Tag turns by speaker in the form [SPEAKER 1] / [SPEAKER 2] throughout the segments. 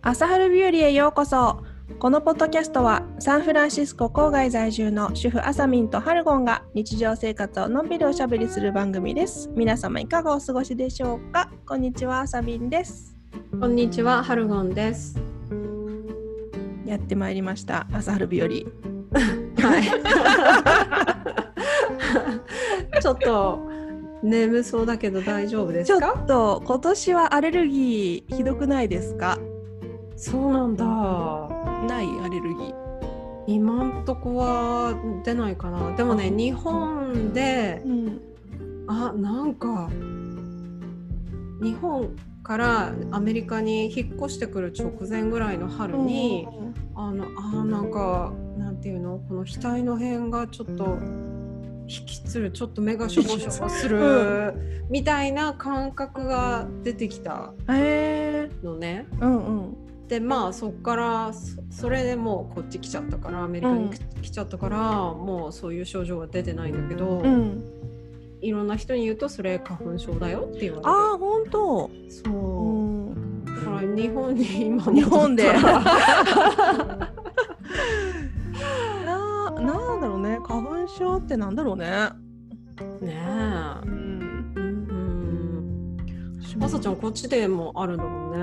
[SPEAKER 1] 朝春日和へようこそこのポッドキャストはサンフランシスコ郊外在住の主婦あさみんとハルゴンが日常生活をのんびりおしゃべりする番組です皆様いかがお過ごしでしょうかこんにちはあさみんです
[SPEAKER 2] こんにちは、ハルゴンです。
[SPEAKER 1] やってまいりました朝春日和
[SPEAKER 2] はい。 ちょっと眠そうだけど大丈夫で
[SPEAKER 1] ちょ
[SPEAKER 2] す
[SPEAKER 1] っ
[SPEAKER 2] か？
[SPEAKER 1] と今年はアレルギーひどくないですか
[SPEAKER 2] そうなんだ。
[SPEAKER 1] ないアレルギー
[SPEAKER 2] 今んとこは出ないかな。でもね、日本で
[SPEAKER 1] うん
[SPEAKER 2] あなんか日本からアメリカに引っ越してくる直前ぐらいの春に、あのあなんかなんていうのこの額の辺がちょっと引きつるちょっと目がしょぼしょぼする、
[SPEAKER 1] う
[SPEAKER 2] みたいな感覚が出てきた
[SPEAKER 1] え
[SPEAKER 2] のね
[SPEAKER 1] ー、うんうん
[SPEAKER 2] でまあそっからそそれでもうこっち来ちゃったからアメリカに来来ちゃったから、もうそういう症状は出てないんだけど、
[SPEAKER 1] うん
[SPEAKER 2] いろんな人に言うとそれ花粉症だよって言わ
[SPEAKER 1] ああ本当
[SPEAKER 2] れる
[SPEAKER 1] う
[SPEAKER 2] そ
[SPEAKER 1] ん
[SPEAKER 2] うだから日本に今
[SPEAKER 1] 日本で
[SPEAKER 2] 戻ったら
[SPEAKER 1] ななんだろうね花粉症ってなんだろうね。
[SPEAKER 2] ねえ
[SPEAKER 1] うん。
[SPEAKER 2] うんまさちゃんこっちでもあるんだもんね。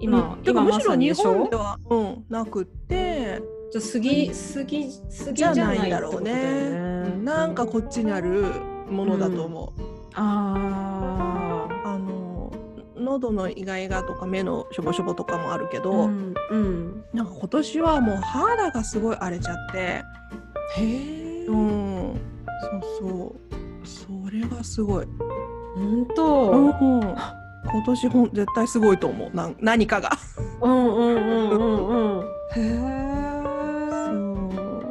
[SPEAKER 2] 今、
[SPEAKER 1] てか
[SPEAKER 2] 今
[SPEAKER 1] む
[SPEAKER 2] ま
[SPEAKER 1] し
[SPEAKER 2] さ
[SPEAKER 1] ろ
[SPEAKER 2] に
[SPEAKER 1] 日
[SPEAKER 2] でし
[SPEAKER 1] 本
[SPEAKER 2] ょ
[SPEAKER 1] で。は、うん、なくって
[SPEAKER 2] じゃあ杉杉杉
[SPEAKER 1] じ
[SPEAKER 2] じ
[SPEAKER 1] ゃ
[SPEAKER 2] ゃ
[SPEAKER 1] な
[SPEAKER 2] ないい
[SPEAKER 1] ん
[SPEAKER 2] ん
[SPEAKER 1] だ
[SPEAKER 2] だ
[SPEAKER 1] ろ
[SPEAKER 2] ろ
[SPEAKER 1] う
[SPEAKER 2] う
[SPEAKER 1] ね
[SPEAKER 2] ね。
[SPEAKER 1] なんかこっちにあるものだと思う。
[SPEAKER 2] ああ。
[SPEAKER 1] あの喉のイガイガとか目のしょぼしょぼとかもあるけど、
[SPEAKER 2] うんうん。
[SPEAKER 1] なんか今年はもう肌がすごい荒れちゃって、
[SPEAKER 2] へえ。
[SPEAKER 1] う
[SPEAKER 2] 本
[SPEAKER 1] ん、そうそうそれがすごい。
[SPEAKER 2] 当。
[SPEAKER 1] う、
[SPEAKER 2] うんん
[SPEAKER 1] 今年ほん絶対すごいと思うなん何かが。
[SPEAKER 2] うんうんうんうん。へ
[SPEAKER 1] そ
[SPEAKER 2] え。
[SPEAKER 1] う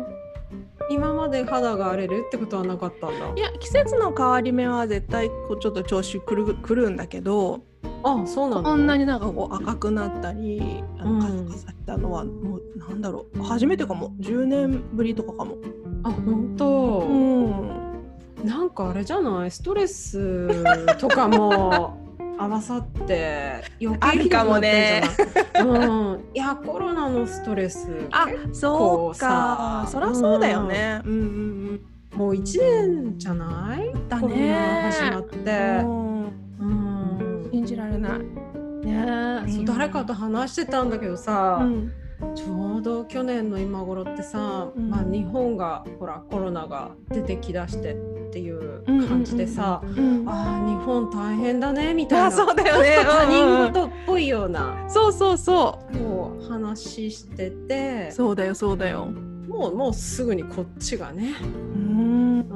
[SPEAKER 2] 今まで肌が荒れるってことはなかったんだ
[SPEAKER 1] い。や季節の変わり目は絶対こうちょっと調子くるくるんだけど
[SPEAKER 2] あ、そうな
[SPEAKER 1] こ
[SPEAKER 2] の。
[SPEAKER 1] んなになんかこう赤くなったりあ
[SPEAKER 2] う
[SPEAKER 1] の
[SPEAKER 2] ん
[SPEAKER 1] カサカサしたのはもうなんだろう初めてかも10年ぶりとかかも。
[SPEAKER 2] あ、本当。
[SPEAKER 1] うん
[SPEAKER 2] なんかあれじゃないストレスとか も合わさって余
[SPEAKER 1] あ
[SPEAKER 2] 計
[SPEAKER 1] る
[SPEAKER 2] ひど
[SPEAKER 1] か
[SPEAKER 2] く
[SPEAKER 1] も
[SPEAKER 2] なっ
[SPEAKER 1] ね
[SPEAKER 2] てんじゃない、うん、いやコロナのストレス
[SPEAKER 1] あそうか
[SPEAKER 2] さ
[SPEAKER 1] そりゃそうだよね。うんうん
[SPEAKER 2] もう1年じゃない
[SPEAKER 1] うん、だ
[SPEAKER 2] コロナ始まって、
[SPEAKER 1] うん
[SPEAKER 2] うん
[SPEAKER 1] 信じられない。ね
[SPEAKER 2] そう誰かと話してたんだけどさ、
[SPEAKER 1] うん
[SPEAKER 2] ちょうど去年の今頃ってさ、
[SPEAKER 1] うん
[SPEAKER 2] まあ、日本がほらコロナが出てきだしてっていう感じでさ、
[SPEAKER 1] うん、あ
[SPEAKER 2] ああ日本大変だねみたいな
[SPEAKER 1] そうだよね。
[SPEAKER 2] 他
[SPEAKER 1] うんう
[SPEAKER 2] 人
[SPEAKER 1] ん
[SPEAKER 2] 事っぽいような
[SPEAKER 1] そうそうそ
[SPEAKER 2] こう話してて
[SPEAKER 1] うそうだよそうだよ。
[SPEAKER 2] もうもうすぐにこっちがね、
[SPEAKER 1] うん
[SPEAKER 2] うん、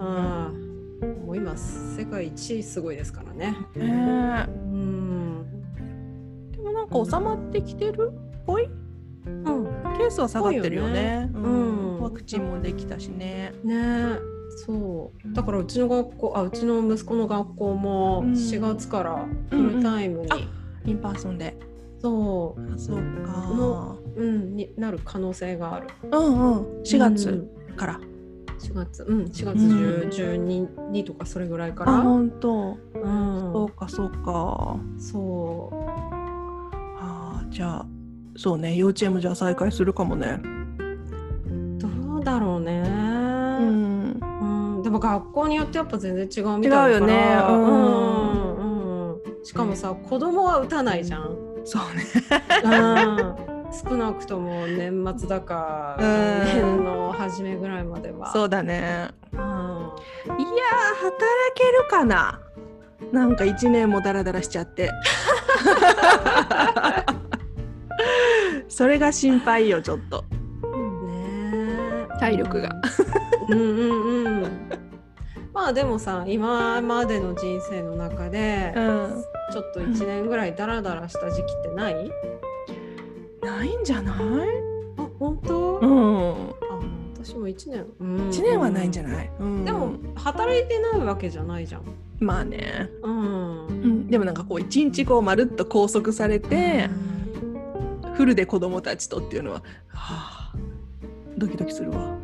[SPEAKER 2] もう今世界一すごいですからね。
[SPEAKER 1] ねえ
[SPEAKER 2] うん、
[SPEAKER 1] でもなんか収まってきてるっぽい
[SPEAKER 2] うん、
[SPEAKER 1] ケースは下がってるよね。
[SPEAKER 2] よね
[SPEAKER 1] うん
[SPEAKER 2] うん
[SPEAKER 1] ワクチンもできたしね。
[SPEAKER 2] ねそうだからうちの学校あうちの息子の学校も
[SPEAKER 1] うん
[SPEAKER 2] 4月からフ
[SPEAKER 1] うんうん
[SPEAKER 2] ルタイムに、
[SPEAKER 1] あインパーソンで。
[SPEAKER 2] そ
[SPEAKER 1] あそうか
[SPEAKER 2] の。う、うん、になる可能性がある。
[SPEAKER 1] うんうん。4
[SPEAKER 2] うん
[SPEAKER 1] 月から。
[SPEAKER 2] 4月、うん、4月
[SPEAKER 1] うん
[SPEAKER 2] 10 12とかそれぐらいから、うん
[SPEAKER 1] 本当。そうかそうか。
[SPEAKER 2] そう
[SPEAKER 1] あーじゃあそうね幼稚園もじゃあ再開するかもね。
[SPEAKER 2] どうだろうね、
[SPEAKER 1] う
[SPEAKER 2] うん
[SPEAKER 1] ん。
[SPEAKER 2] でも学校によってやっぱ全然違うみたい
[SPEAKER 1] 違う
[SPEAKER 2] だから
[SPEAKER 1] よねう
[SPEAKER 2] うんんうんうんしかもさ、子供は打たないじゃん、うん、
[SPEAKER 1] そうね。
[SPEAKER 2] 少なくとも年末だか
[SPEAKER 1] うん
[SPEAKER 2] 来年の初めぐらいまでは
[SPEAKER 1] そうだね。
[SPEAKER 2] うん、
[SPEAKER 1] いやー働けるかな。なんか1年もダラダラしちゃ って。それが心配よちょっと。
[SPEAKER 2] ねえ
[SPEAKER 1] 体力が。
[SPEAKER 2] うんうんうんまあでもさ今までの人生の中で、
[SPEAKER 1] うん
[SPEAKER 2] ちょっと1年ぐらいダラダラした時期ってない、
[SPEAKER 1] ないんじゃない？
[SPEAKER 2] あ本当、
[SPEAKER 1] うん。
[SPEAKER 2] あ私も1年、うん
[SPEAKER 1] 一年はないんじゃない？
[SPEAKER 2] でも働いてないわけじゃないじゃん
[SPEAKER 1] まあね。
[SPEAKER 2] うん
[SPEAKER 1] うん、でもなんかこう一日こうまるっと拘束されてフルで子供たちとっていうのは、はあ、ドキドキする わ。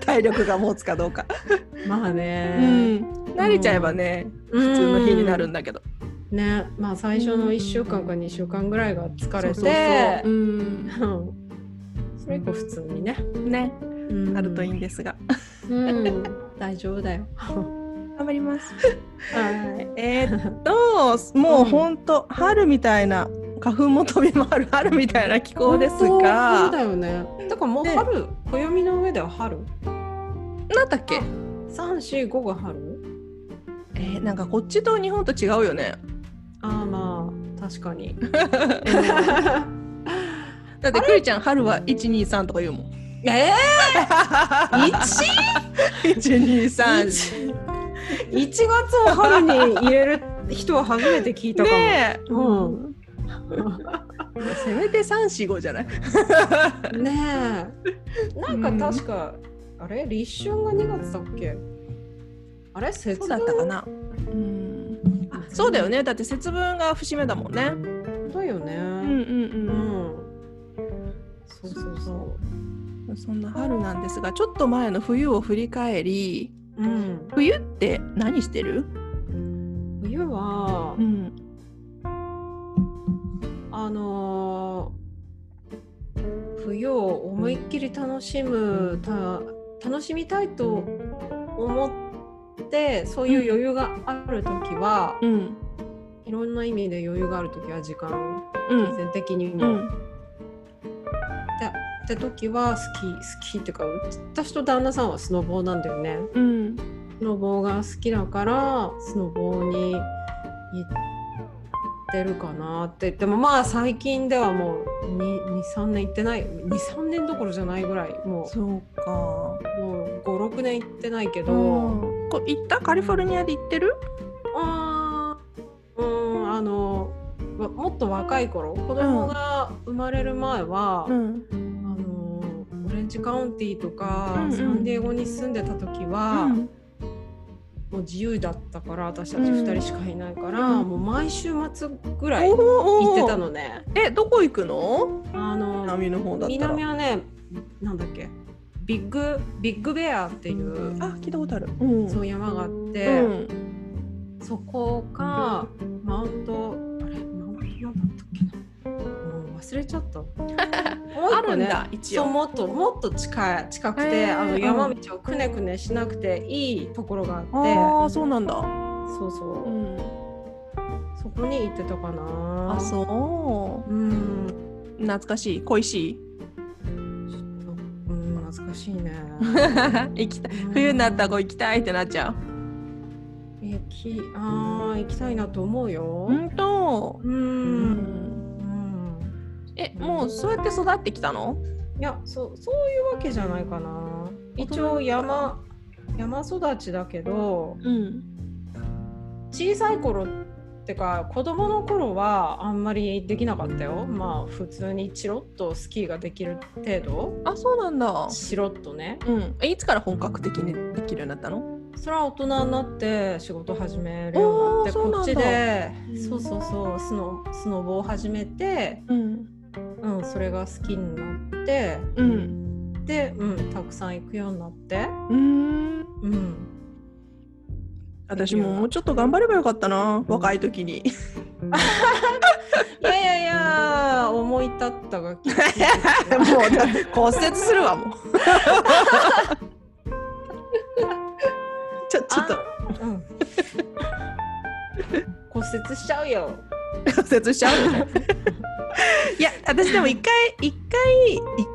[SPEAKER 1] 体力が持つかどうか。
[SPEAKER 2] まあね
[SPEAKER 1] う、ん。慣れちゃえばね、
[SPEAKER 2] うん
[SPEAKER 1] 普通の日になるんだけど。
[SPEAKER 2] ねまあ最初の1週間か2週間ぐらいが疲れて
[SPEAKER 1] そうそうそう
[SPEAKER 2] うんそれ以降普通にね、
[SPEAKER 1] ね、
[SPEAKER 2] うん
[SPEAKER 1] あるといいんですが。
[SPEAKER 2] うん、大丈夫だよ
[SPEAKER 1] 頑張ります。
[SPEAKER 2] はい
[SPEAKER 1] えーっと、もう
[SPEAKER 2] うん
[SPEAKER 1] 本当、春みたいな花粉も飛び回る春みたいな気候です
[SPEAKER 2] 本当そう
[SPEAKER 1] が、
[SPEAKER 2] だよねだからもう
[SPEAKER 1] ね
[SPEAKER 2] 春、暦の上では春
[SPEAKER 1] なんだっけ？
[SPEAKER 2] 345が春
[SPEAKER 1] えーなんかこっちと日本と違うよね。
[SPEAKER 2] ああまあ確かに
[SPEAKER 1] だってクリちゃん春は一二三とか言うもん。
[SPEAKER 2] え
[SPEAKER 1] 一？一二三。ね
[SPEAKER 2] ー、1月を春に入れる人は初めて聞いたかも、
[SPEAKER 1] え。
[SPEAKER 2] うん
[SPEAKER 1] せめて三四五じゃない？
[SPEAKER 2] ねえ なんか確か、あれ立春が2月だっけあれ節
[SPEAKER 1] そ
[SPEAKER 2] 分
[SPEAKER 1] うだったかな。うん。あそうだよね。だって節分が節目だもんね。
[SPEAKER 2] だよ
[SPEAKER 1] うん
[SPEAKER 2] ね
[SPEAKER 1] うん
[SPEAKER 2] う
[SPEAKER 1] うん。
[SPEAKER 2] ん、そうそうそ
[SPEAKER 1] そんな春なんですがちょっと前の冬を振り返り
[SPEAKER 2] う、うん、
[SPEAKER 1] 冬って何してる、
[SPEAKER 2] 冬は、
[SPEAKER 1] ん、
[SPEAKER 2] あのー冬を思いっきり楽しむた楽しみたいと思ってそういう余裕がある時は、
[SPEAKER 1] うん
[SPEAKER 2] いろんな意味で余裕がある時は時間
[SPEAKER 1] うん
[SPEAKER 2] 全的に
[SPEAKER 1] う
[SPEAKER 2] も、っ
[SPEAKER 1] ん
[SPEAKER 2] て時は好き好きっていうか私と旦那さんはスノボーなんだよね
[SPEAKER 1] うん
[SPEAKER 2] スノボーが好きだからスノボーに行ってるかなってでもまあ最近ではもう23年行ってない23年どころじゃないぐらいも
[SPEAKER 1] そうか
[SPEAKER 2] うもう56年行ってないけ
[SPEAKER 1] う
[SPEAKER 2] ど、
[SPEAKER 1] んこ行ったカリフォルニアで行ってる
[SPEAKER 2] あーうんあのわもっと若い頃子供が生まれる前は、
[SPEAKER 1] ん
[SPEAKER 2] あのオレンジカウンティーとか、
[SPEAKER 1] うんうん
[SPEAKER 2] サンディエゴに住んでた時は、
[SPEAKER 1] うん
[SPEAKER 2] もう自由だったから私たち2人しかいないから、
[SPEAKER 1] うん
[SPEAKER 2] もう毎週末ぐらい
[SPEAKER 1] おー
[SPEAKER 2] 行
[SPEAKER 1] おー
[SPEAKER 2] ってたのね。
[SPEAKER 1] えどこ行くの
[SPEAKER 2] あの
[SPEAKER 1] 南の方だったら
[SPEAKER 2] 南はねなんだっけビッグビッグベアっていう
[SPEAKER 1] あ聞いたことあるうん
[SPEAKER 2] そう山があって、
[SPEAKER 1] うん
[SPEAKER 2] そこかマウントあれマウントなんだったっけなもう忘れち ゃった。もう一個
[SPEAKER 1] あるんだ一
[SPEAKER 2] そう
[SPEAKER 1] 応
[SPEAKER 2] もっともっと近い近く
[SPEAKER 1] へ
[SPEAKER 2] て
[SPEAKER 1] ー
[SPEAKER 2] あの山道をくねくねしなくていいところがあって
[SPEAKER 1] ああそうなんだ
[SPEAKER 2] そうそう、
[SPEAKER 1] ん
[SPEAKER 2] そこに行ってたかな
[SPEAKER 1] あそ
[SPEAKER 2] うん
[SPEAKER 1] う懐かしい恋しい
[SPEAKER 2] ちょっとうん懐かしいね
[SPEAKER 1] 行きたい 冬になったらこう行きたいってなっちゃう
[SPEAKER 2] 行きあー行きたいなと思うよ
[SPEAKER 1] 本当
[SPEAKER 2] う、
[SPEAKER 1] うんん
[SPEAKER 2] うん、
[SPEAKER 1] えもうそうやって育ってきたの
[SPEAKER 2] いやそうそういうわけじゃないかな一応山山育ちだけど
[SPEAKER 1] うん
[SPEAKER 2] 小さい頃ってか子供の頃はあんまりできなかったよまあ普通にチロッとスキーができる程度
[SPEAKER 1] あそうなんだ
[SPEAKER 2] チロッとね
[SPEAKER 1] うんえいつから本格的にできるようになったの
[SPEAKER 2] それは大人になって仕事始めるようになって
[SPEAKER 1] おーそうなんだ
[SPEAKER 2] こっちで
[SPEAKER 1] うん
[SPEAKER 2] そうそうそうスノスノボを始めて、
[SPEAKER 1] うん
[SPEAKER 2] うん、それが好きになって
[SPEAKER 1] うん
[SPEAKER 2] で、うん、たくさん行くようになって、
[SPEAKER 1] うん
[SPEAKER 2] うん、
[SPEAKER 1] 私ももうちょっと頑張ればよかったな若い時に
[SPEAKER 2] いやいやいや思い立っ たがき
[SPEAKER 1] もうだ骨折するわもう ちょちょっと
[SPEAKER 2] うん、骨折しちゃうよ。
[SPEAKER 1] 骨折しちゃうよね いや私でも一回一回一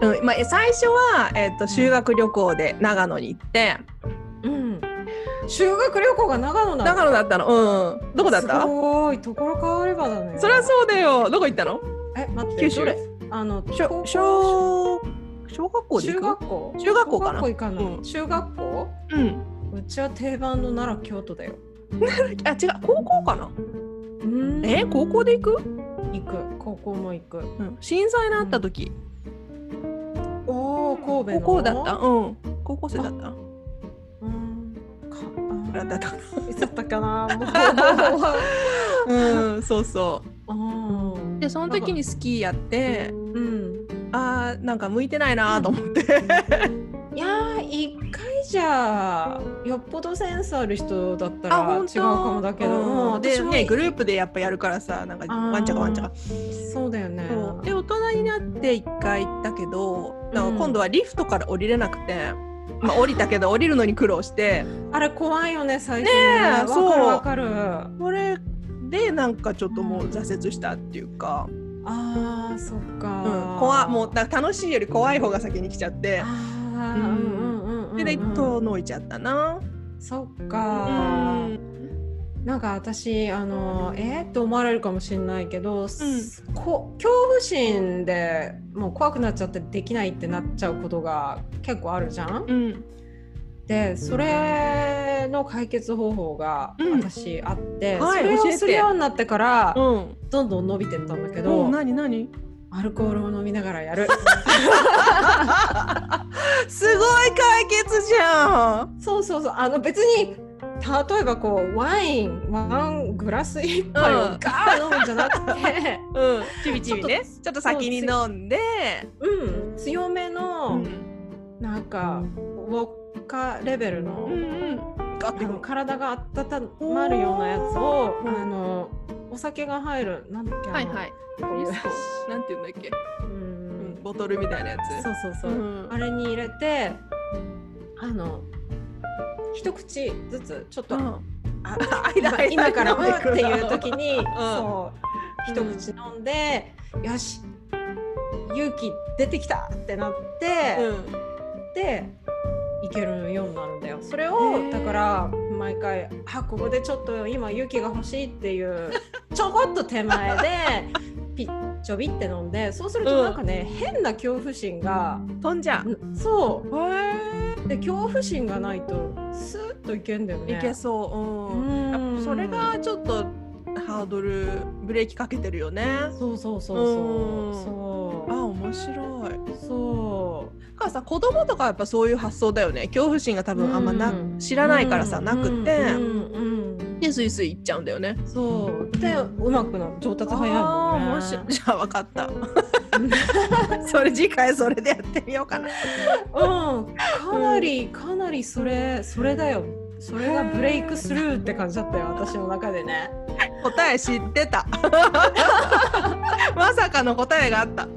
[SPEAKER 1] 回、うんまあ、え最初は、えっと修学旅行で長野に行って
[SPEAKER 2] うん、修学旅行が長野なの
[SPEAKER 1] 長野だったのうんどこだっ
[SPEAKER 2] す
[SPEAKER 1] た
[SPEAKER 2] ごいところ変わればだね
[SPEAKER 1] そりゃそうだよどこ行ったの
[SPEAKER 2] え待って
[SPEAKER 1] 九州
[SPEAKER 2] どれあの高
[SPEAKER 1] 小
[SPEAKER 2] 校
[SPEAKER 1] 小小学校で
[SPEAKER 2] 中
[SPEAKER 1] 行く
[SPEAKER 2] 学校
[SPEAKER 1] 中学校かな
[SPEAKER 2] 小学校行かない、
[SPEAKER 1] うん
[SPEAKER 2] 中学校
[SPEAKER 1] うん
[SPEAKER 2] うちは定番の奈良京都だよ
[SPEAKER 1] あ違う高校かな
[SPEAKER 2] うん
[SPEAKER 1] え高校で行く、
[SPEAKER 2] 行く高校も行く
[SPEAKER 1] うん、震災のあった時
[SPEAKER 2] おお神
[SPEAKER 1] 高
[SPEAKER 2] 戸の
[SPEAKER 1] 校だったうん高校生だった
[SPEAKER 2] うんか
[SPEAKER 1] ぐらいだったかな
[SPEAKER 2] あーだったかな もう
[SPEAKER 1] うんそうそ
[SPEAKER 2] あ
[SPEAKER 1] う
[SPEAKER 2] ー
[SPEAKER 1] でその時にスキーやって
[SPEAKER 2] うん
[SPEAKER 1] あーなんか向いてないなーと思って
[SPEAKER 2] いやー一回じゃよっぽどセンスある人だった
[SPEAKER 1] あ
[SPEAKER 2] ら違
[SPEAKER 1] 本
[SPEAKER 2] う
[SPEAKER 1] 当
[SPEAKER 2] かもだけど、
[SPEAKER 1] う
[SPEAKER 2] うんん、
[SPEAKER 1] で
[SPEAKER 2] 私も
[SPEAKER 1] ねグループでやっぱやるからさなんか
[SPEAKER 2] あー
[SPEAKER 1] ワンちゃかワンちゃか
[SPEAKER 2] そうだよね
[SPEAKER 1] そうで大人になって一回行ったけどなんか今度はリフトから降りれなくて、まあ、降りたけど降りるのに苦労して
[SPEAKER 2] あれ怖いよね最
[SPEAKER 1] ね
[SPEAKER 2] 初
[SPEAKER 1] え
[SPEAKER 2] わ
[SPEAKER 1] そう
[SPEAKER 2] かるわかる
[SPEAKER 1] これでなんかちょっともう挫折したっていうか、
[SPEAKER 2] あーそっか、
[SPEAKER 1] うん、怖もうだから楽しいより怖い方が先に来ちゃって
[SPEAKER 2] あー
[SPEAKER 1] う
[SPEAKER 2] うんんうんうんうん
[SPEAKER 1] でで遠のいちゃったな。
[SPEAKER 2] そっか、なんか私あのえー、って思われるかもしれないけど、すこ恐怖心でもう怖くなっちゃってできないってなっちゃうことが結構あるじゃん。
[SPEAKER 1] うん
[SPEAKER 2] でそれの解決方法が
[SPEAKER 1] うん
[SPEAKER 2] 私あって、
[SPEAKER 1] はい
[SPEAKER 2] そ
[SPEAKER 1] 教
[SPEAKER 2] れ
[SPEAKER 1] え
[SPEAKER 2] を
[SPEAKER 1] て
[SPEAKER 2] するようになってから、
[SPEAKER 1] うん
[SPEAKER 2] どんどん伸びてったんだけど、
[SPEAKER 1] お何何
[SPEAKER 2] アルコールを飲みながらやる
[SPEAKER 1] すごい解決じゃん
[SPEAKER 2] そうそうそうあの別に例えばこうワインワングラス一杯を
[SPEAKER 1] うん
[SPEAKER 2] ガー飲むんじゃな くて、
[SPEAKER 1] うんちびちびね
[SPEAKER 2] ち
[SPEAKER 1] ちょ
[SPEAKER 2] ょっと
[SPEAKER 1] っと先に飲んで
[SPEAKER 2] うん、強め
[SPEAKER 1] う
[SPEAKER 2] の、
[SPEAKER 1] ん
[SPEAKER 2] なんかウォッカレベルの,、
[SPEAKER 1] うんガッ
[SPEAKER 2] あ
[SPEAKER 1] てく
[SPEAKER 2] の
[SPEAKER 1] る
[SPEAKER 2] 体が温まるようなやつを
[SPEAKER 1] おー
[SPEAKER 2] あのお酒が入るなんだっけあの
[SPEAKER 1] はいはい
[SPEAKER 2] こういう
[SPEAKER 1] なんていうんだっけ
[SPEAKER 2] う
[SPEAKER 1] うんんボトルみたいなやつ
[SPEAKER 2] そうそうそう、
[SPEAKER 1] うん
[SPEAKER 2] あれに入れてあの一口ずつちょっと、
[SPEAKER 1] うん
[SPEAKER 2] あ
[SPEAKER 1] 間
[SPEAKER 2] 今今からう
[SPEAKER 1] 間
[SPEAKER 2] ん
[SPEAKER 1] に
[SPEAKER 2] っていう時に、
[SPEAKER 1] ん
[SPEAKER 2] そう一口飲んで、よし勇気出てきたってなって。
[SPEAKER 1] う
[SPEAKER 2] っていけるようになるんだよそれ
[SPEAKER 1] へ
[SPEAKER 2] を
[SPEAKER 1] ー
[SPEAKER 2] だから毎回あここでちょっと今勇気が欲しいっていう ちょこっと手前でピッちょびって飲んでそうする
[SPEAKER 1] う
[SPEAKER 2] と
[SPEAKER 1] ん
[SPEAKER 2] なんかね、変な恐怖心が、
[SPEAKER 1] ん飛んじゃう
[SPEAKER 2] そ
[SPEAKER 1] へ
[SPEAKER 2] うで恐怖心がないとスーッといけんだよ
[SPEAKER 1] え
[SPEAKER 2] ね
[SPEAKER 1] いけそう
[SPEAKER 2] う
[SPEAKER 1] うん
[SPEAKER 2] ん
[SPEAKER 1] やっぱそれがちょっとハードルブレーキかけてるよね
[SPEAKER 2] そうそうそう
[SPEAKER 1] うん
[SPEAKER 2] そう
[SPEAKER 1] あ面白い
[SPEAKER 2] そうそう
[SPEAKER 1] だからさ子供とかはやっぱそういう発想だよね恐怖心が多分あんまな、
[SPEAKER 2] うん
[SPEAKER 1] 知らないからさ、
[SPEAKER 2] うん
[SPEAKER 1] なくて、
[SPEAKER 2] うんうんうん
[SPEAKER 1] でスイスイ行っちゃうんだよね。
[SPEAKER 2] そうでうまくなる上達早い
[SPEAKER 1] あ
[SPEAKER 2] もん
[SPEAKER 1] ー
[SPEAKER 2] ね
[SPEAKER 1] 面白いじゃあ分かった。 それ次回それでやってみようかな。
[SPEAKER 2] うん、かなり、かなりそれそれだよそれがブレイクスルーって感じだったよ私の中でね
[SPEAKER 1] 答え知ってた。まさかの答えがあった。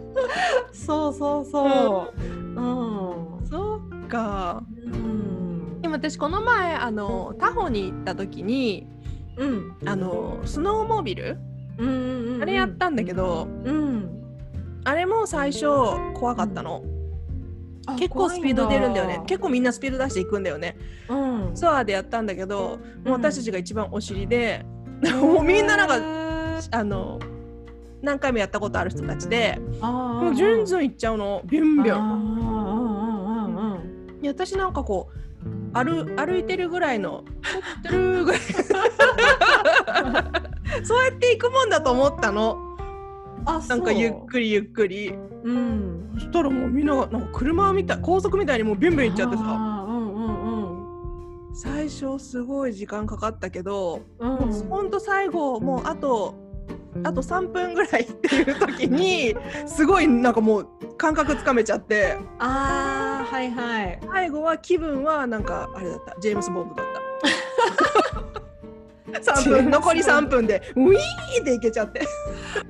[SPEAKER 2] そうそうそううん、
[SPEAKER 1] そうか。
[SPEAKER 2] うん
[SPEAKER 1] でも私この前あの他方に行った時に
[SPEAKER 2] うん
[SPEAKER 1] あのスノーモービル
[SPEAKER 2] うんうん
[SPEAKER 1] あれやったんだけど、
[SPEAKER 2] うん
[SPEAKER 1] あれも最初怖かったの。
[SPEAKER 2] あ
[SPEAKER 1] 結構スピード出るんだよね。結構みんなスピード出していくんだよね。
[SPEAKER 2] 構、うん、
[SPEAKER 1] ツアーでやったんだけど、もう私たちが一番お尻で、
[SPEAKER 2] う ん
[SPEAKER 1] もうみんななんか
[SPEAKER 2] か
[SPEAKER 1] あの何回もやったことある人たちで、
[SPEAKER 2] あ
[SPEAKER 1] もうジュンズンいっちゃうのビュンビュン
[SPEAKER 2] ン
[SPEAKER 1] いや私なんかこう歩歩いてるぐらい の撮ってるぐらいそうやっていくもんだと思ったの
[SPEAKER 2] あ
[SPEAKER 1] なんかゆっくりゆっくり
[SPEAKER 2] り、うん
[SPEAKER 1] そ、したらもうみんながなんか車みたい高速みたいにもうビュンビュンいっちゃってさ
[SPEAKER 2] あーうんうん
[SPEAKER 1] 最初すごい時間かかったけど
[SPEAKER 2] うんうん
[SPEAKER 1] ほんと最後もうあとあと3分ぐらいっていう時 にすごいなんかもう感覚つかめちゃって
[SPEAKER 2] あーはいはい
[SPEAKER 1] 最後は気分はなんかあれだったジェームス・ボンドだった
[SPEAKER 2] ジ
[SPEAKER 1] 3
[SPEAKER 2] ェーム
[SPEAKER 1] 分
[SPEAKER 2] ズ
[SPEAKER 1] 残り3分でウィーっていけちゃって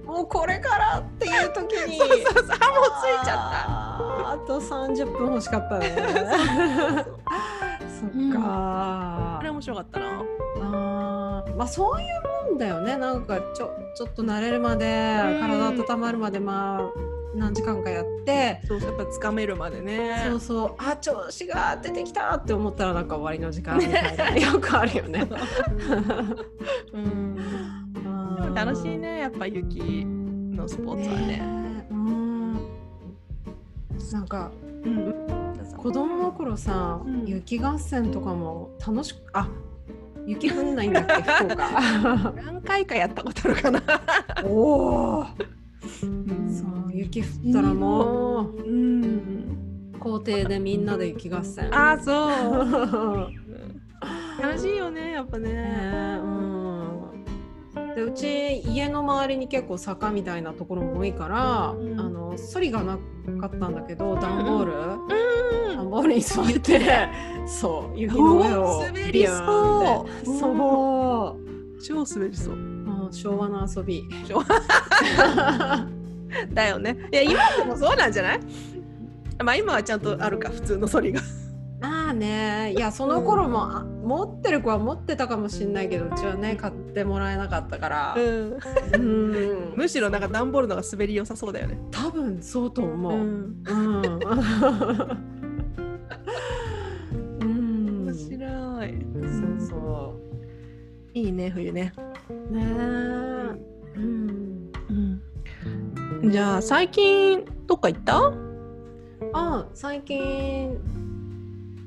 [SPEAKER 2] もうこれからっていう時に
[SPEAKER 1] あ もうついちゃっ
[SPEAKER 2] あーあと30分欲しかった ねそっ
[SPEAKER 1] た
[SPEAKER 2] か
[SPEAKER 1] あれ面白かったな
[SPEAKER 2] あーまあそういうもんだよねなんかちょちょっと慣れるまで体温まるまでまあ何時間かやって
[SPEAKER 1] そうやっぱつかめるまでね
[SPEAKER 2] そうそうあ調子が出てきたって思ったらなんか終わりの時間みたいな よくあるよね
[SPEAKER 1] うんでも楽しいねやっぱ雪のスポーツはね
[SPEAKER 2] ねうんなんか
[SPEAKER 1] うん
[SPEAKER 2] 子供の頃さ、
[SPEAKER 1] うん
[SPEAKER 2] 雪合戦とかも楽しくあ雪降んないんだっ け福岡
[SPEAKER 1] 何回かやったことあるかな、
[SPEAKER 2] おお
[SPEAKER 1] うん
[SPEAKER 2] そう雪降ったらも
[SPEAKER 1] うん、
[SPEAKER 2] う校庭でみんなで雪合戦
[SPEAKER 1] あーそうう楽しいよねやっぱ
[SPEAKER 2] ね
[SPEAKER 1] ね
[SPEAKER 2] うんでうち家の周りに結構坂みたいなところも多いから、
[SPEAKER 1] うん
[SPEAKER 2] あのソリがなかったんだけど段ボール、
[SPEAKER 1] う
[SPEAKER 2] 段ボールに座 ってそう雪の上を
[SPEAKER 1] お滑りそう
[SPEAKER 2] ビューンってそう
[SPEAKER 1] 超滑りそう
[SPEAKER 2] もう昭和の遊び
[SPEAKER 1] 昭だよねいや今でもそうなんじゃないまあ今はちゃんとあるか普通のソリが
[SPEAKER 2] まあねいやその頃も、あ持ってる子は持ってたかもしんないけどうちはね買ってもらえなかったから、
[SPEAKER 1] ん
[SPEAKER 2] うん
[SPEAKER 1] むしろなんか段ボールの方が滑り良さそうだよね
[SPEAKER 2] 多分そうと思う、
[SPEAKER 1] ん
[SPEAKER 2] うん。うん
[SPEAKER 1] 面白い
[SPEAKER 2] そうそ
[SPEAKER 1] いいね冬ね
[SPEAKER 2] う。ねえ。うん。
[SPEAKER 1] じゃあ最近どっか行った
[SPEAKER 2] あ、最近。